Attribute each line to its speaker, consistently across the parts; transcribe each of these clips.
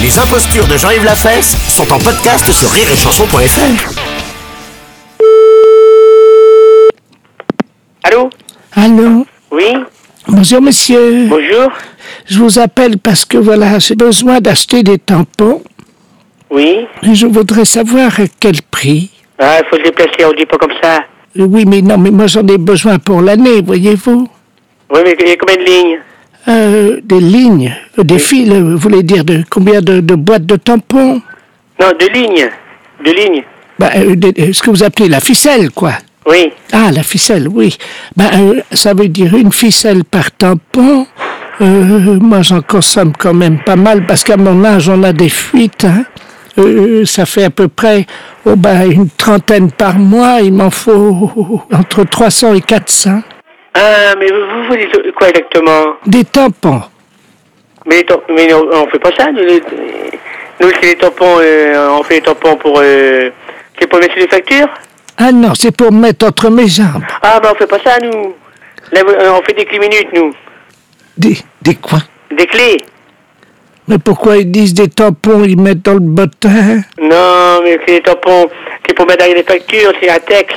Speaker 1: Les impostures de Jean-Yves Lafesse sont en podcast sur rireetchanson.fr.
Speaker 2: Allô
Speaker 3: Allô
Speaker 2: Oui
Speaker 3: Bonjour monsieur,
Speaker 2: Bonjour
Speaker 3: je vous appelle parce que voilà, j'ai besoin d'acheter des tampons
Speaker 2: Oui
Speaker 3: et je voudrais savoir à quel prix.
Speaker 2: Ah, il faut se déplacer, on dit pas comme ça.
Speaker 3: Euh, Oui, mais non, mais moi j'en ai besoin pour l'année, voyez-vous.
Speaker 2: Oui, mais il y a combien de lignes
Speaker 3: Euh, des lignes, euh, des fils, euh, vous voulez dire de combien de, de boîtes de tampons
Speaker 2: Non, deux lignes. Deux lignes.
Speaker 3: Bah, euh, des- euh, Ce que vous appelez la ficelle, quoi.
Speaker 2: Oui.
Speaker 3: Ah, la ficelle, oui. Bah, euh, ça veut dire une ficelle par tampon. Euh, moi, j'en consomme quand même pas mal parce qu'à mon âge, on a des fuites. hein. Euh, ça fait à peu près oh, bah, une trentaine par mois. Il m'en faut entre 300 et 400.
Speaker 2: Ah, mais vous, vous voulez quoi exactement
Speaker 3: Des tampons.
Speaker 2: Mais, les tam- mais on, on fait pas ça, nous, les- nous c'est les tampons, euh, on fait les tampons pour... Euh, c'est pour mettre sur les factures
Speaker 3: Ah non, c'est pour mettre entre mes jambes.
Speaker 2: Ah, ben on fait pas ça, nous. Là, vous- euh, on fait des clés minutes, nous.
Speaker 3: Des, des quoi
Speaker 2: Des clés
Speaker 3: Mais pourquoi ils disent des tampons, ils mettent dans le bottin
Speaker 2: Non, mais c'est les tampons, c'est pour mettre derrière les factures, c'est un texte.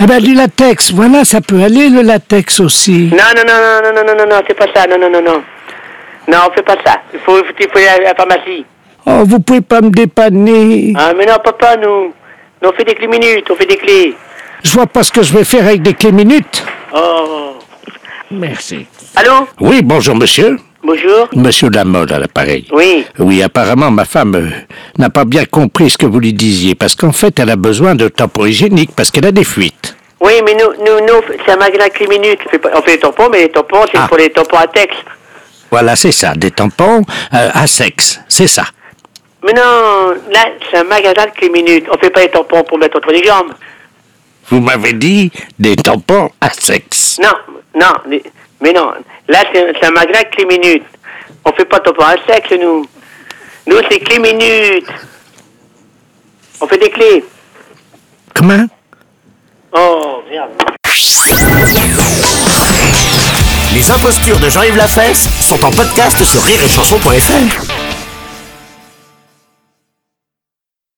Speaker 3: Ah ben du latex, voilà, ça peut aller le latex aussi.
Speaker 2: Non, non, non, non, non, non, non, non, non, c'est pas ça, non, non, non, non. Non, on fait pas ça. Il faut, il faut aller à la pharmacie.
Speaker 3: Oh, vous pouvez pas me dépanner.
Speaker 2: Ah, mais non, papa, nous, nous, on fait des clés minutes, on fait des clés.
Speaker 3: Je vois pas ce que je vais faire avec des clés minutes.
Speaker 2: Oh.
Speaker 3: Merci.
Speaker 2: Allô
Speaker 1: Oui, bonjour monsieur.
Speaker 2: Bonjour
Speaker 1: Monsieur Lamolle à l'appareil.
Speaker 2: Oui.
Speaker 1: Oui, apparemment, ma femme euh, n'a pas bien compris ce que vous lui disiez, parce qu'en fait, elle a besoin de tampons hygiéniques, parce qu'elle a des fuites.
Speaker 2: Oui, mais nous, nous, nous, c'est un magasin de clés minutes. On fait, pas- on fait les tampons, mais les tampons, c'est
Speaker 1: Ah.
Speaker 2: pour les tampons à texte.
Speaker 1: Voilà, c'est ça, des tampons euh, à sexe, c'est ça.
Speaker 2: Mais non, là, c'est un magasin de clés minutes. On fait pas les tampons pour mettre entre les jambes.
Speaker 1: Vous m'avez dit des tampons à sexe.
Speaker 2: Non, non, mais- mais non. Là, c'est c'est un magasin de clés minutes. On fait pas de tampons à sexe, nous. Nous, c'est clés minutes. On fait des clés.
Speaker 3: Comment
Speaker 2: Oh, merde.
Speaker 1: Les impostures de Jean-Yves Lafesse sont en podcast sur rireetchanson.fr.